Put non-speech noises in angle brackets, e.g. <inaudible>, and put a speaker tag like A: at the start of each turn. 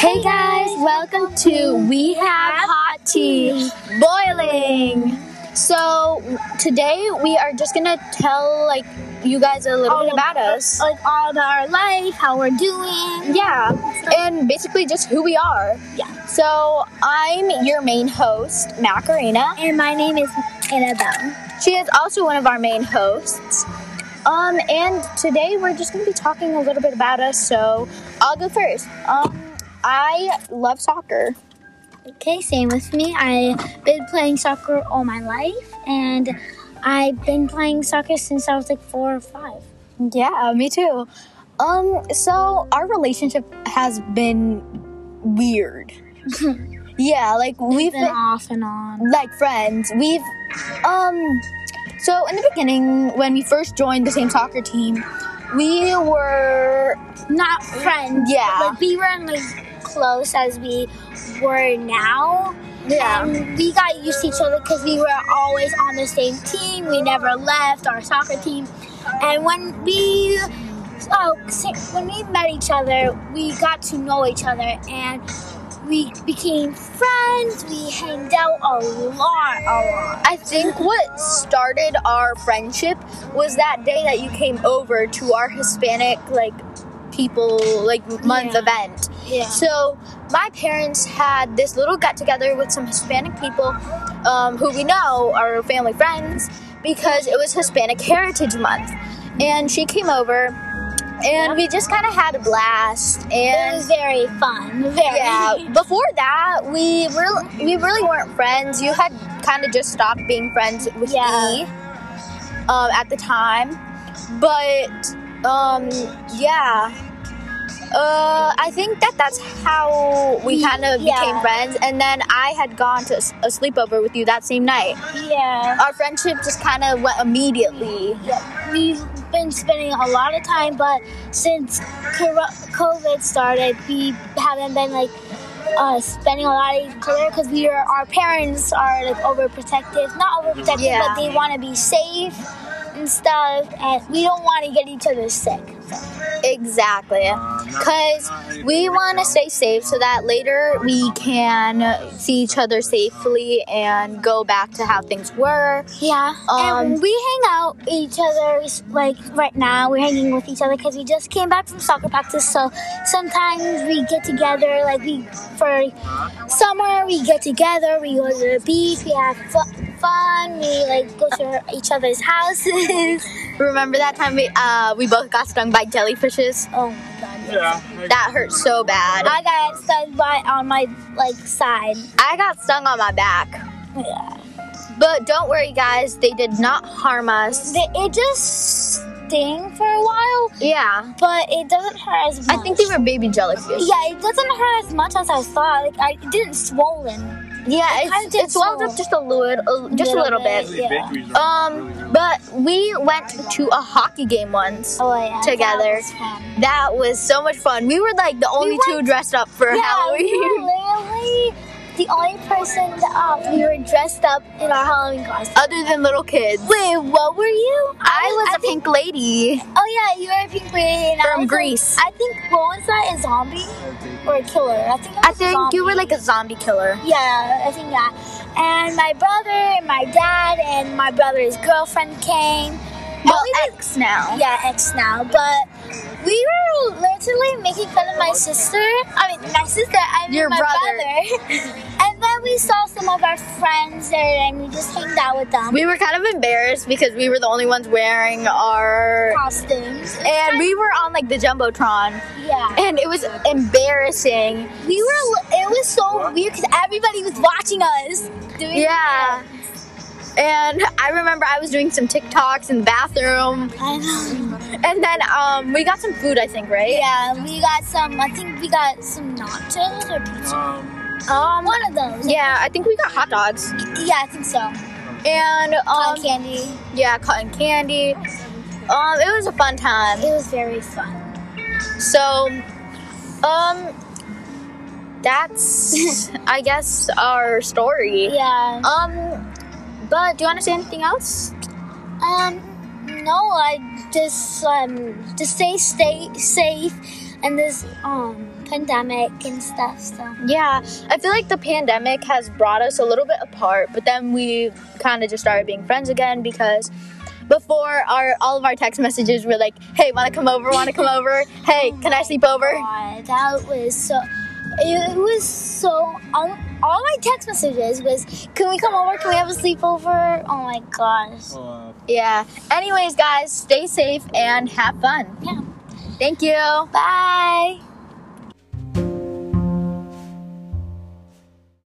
A: Hey guys, welcome to We Have Hot Tea Boiling. So today we are just gonna tell like you guys a little bit about us.
B: Like all our life, how we're doing.
A: Yeah, and basically just who we are.
B: Yeah.
A: So I'm your main host, Macarena.
B: And my name is Annabelle.
A: She is also one of our main hosts. Um, and today we're just going to be talking a little bit about us. So I'll go first. Um, I love soccer.
B: Okay, same with me. I've been playing soccer all my life, and I've been playing soccer since I was like four or five.
A: Yeah, me too. Um, so our relationship has been weird. yeah, like we've
B: Then off and on.
A: like friends. We've um so in the beginning when we first joined the same soccer team, we were
B: Not friends.
A: yeah.
B: Like we weren't like close as we were now. And we got used to each other because we were always on the same team. We never left our soccer team. And when we oh, si- when we met each other, we got to know each other and we became friends. We hanged out a lot, a lot.
A: I think what started our friendship was that day that you came over to our Hispanic like people like month
B: Yeah.
A: event.
B: Yeah.
A: So my parents had this little get together with some Hispanic people um, who we know are family friends because it was Hispanic Heritage Month, and she came over, and we just kind of had a blast.
B: It
A: And
B: was very fun. Very.
A: yeah, <laughs> before that we were we really weren't friends. You had kind of just stopped being friends with
B: Yeah.
A: me um, at the time, but um, yeah. Uh, I think that that's how we
B: We-
A: kind of
B: yeah.
A: became friends, and then I had gone to s- a sleepover with you that same night.
B: <laughs> Yeah.
A: Our friendship just kind of went immediately.
B: Yeah, we've been spending a lot of time, but since cor- COVID started, we haven't been like uh, spending a lot of each other because we are our parents are like overprotective, not overprotective,
A: Yeah.
B: but they want to be safe and stuff, and we don't want to get each other sick. So.
A: Exactly. Because we want to stay safe so that later we can see each other safely and go back to how things were.
B: Yeah,
A: Um,
B: and we hang out each other like right now. We're hanging with each other because we just came back from soccer practice. So sometimes we get together, like we for summer we get together. We go to the beach. We have fu- fun. We like go to each other's houses. <laughs>
A: Remember that time we, uh, we both got stung by jellyfishes?
B: oh my god!
C: Yeah.
A: That hurt so bad. I,
B: I got stung by on my like side.
A: I got stung on my back.
B: Yeah.
A: But don't worry, guys, they did not harm us.
B: They- It just sting for a while,
A: yeah.
B: but it doesn't hurt as much.
A: I think they were baby jellyfish.
B: Yeah, it doesn't hurt as much as I thought. Like I it didn't swollen.
A: Yeah,
B: kinda
A: it's,
B: did
A: it's swelled up
B: swell.
A: just a little, just a little bit.
B: Yeah.
A: Um, but we went to a hockey game once.
B: Oh yeah.
A: Together.
B: that was fun.
A: That was so much fun. We were like the only two
B: went-
A: dressed up for
B: Yeah, we were
A: Halloween.
B: literally the only person up. We were dressed up in our Halloween costume.
A: <laughs> Other than little kids.
B: Wait, what were you?
A: I was
B: a
A: a pink lady.
B: Oh yeah, you were a pink lady. and I
A: From
B: was, like-
A: Greece.
B: I think what was that? A zombie or a killer? I think.
A: I
B: was
A: think
B: zombie.
A: you were like a zombie killer.
B: Yeah, I think that. And my brother and my dad and my brother's girlfriend came. And
A: Well,
B: we were-
A: ex now.
B: Yeah, ex now. But we were literally making fun of my sister. I mean, my sister. I mean,
A: Your
B: my
A: brother.
B: <laughs> and then we saw some of our friends there, and we just hanged out with them.
A: We were kind of embarrassed because we were the only ones wearing our.
B: costumes.
A: And we were on like the Jumbotron.
B: Yeah.
A: And it was embarrassing.
B: We were. It was so weird because everybody was watching us. Doing
A: Yeah. And I remember I was doing some TikToks in the bathroom.
B: I know.
A: And then um, we got some food, I think, right?
B: Yeah, we got some. I think we got some nachos or pizza.
A: Um,
B: One of those.
A: yeah, I think we got hot dogs.
B: Yeah, I think so.
A: And um,
B: Cotton candy. It
A: yeah, cotton candy. Um, it was a fun time.
B: was very fun.
A: So, um, that's <laughs> I guess our story.
B: Yeah.
A: Um, but do you want to say anything else?
B: Um, no, I just um just stay stay safe and this um pandemic and stuff. So
A: Yeah, I feel like the pandemic has brought us a little bit apart, but then we kind of just started being friends again because before our all of our text messages were like, "Hey, want to come over? Want to come over? Hey, can I sleep over?"
B: Oh God, that was so. It was so. Um, all my text messages was, "Can we come over? Can we have a sleepover?" Oh my gosh.
C: Uh,
A: Yeah. Anyways, guys, stay safe and have fun.
B: Yeah.
A: Thank you. Bye.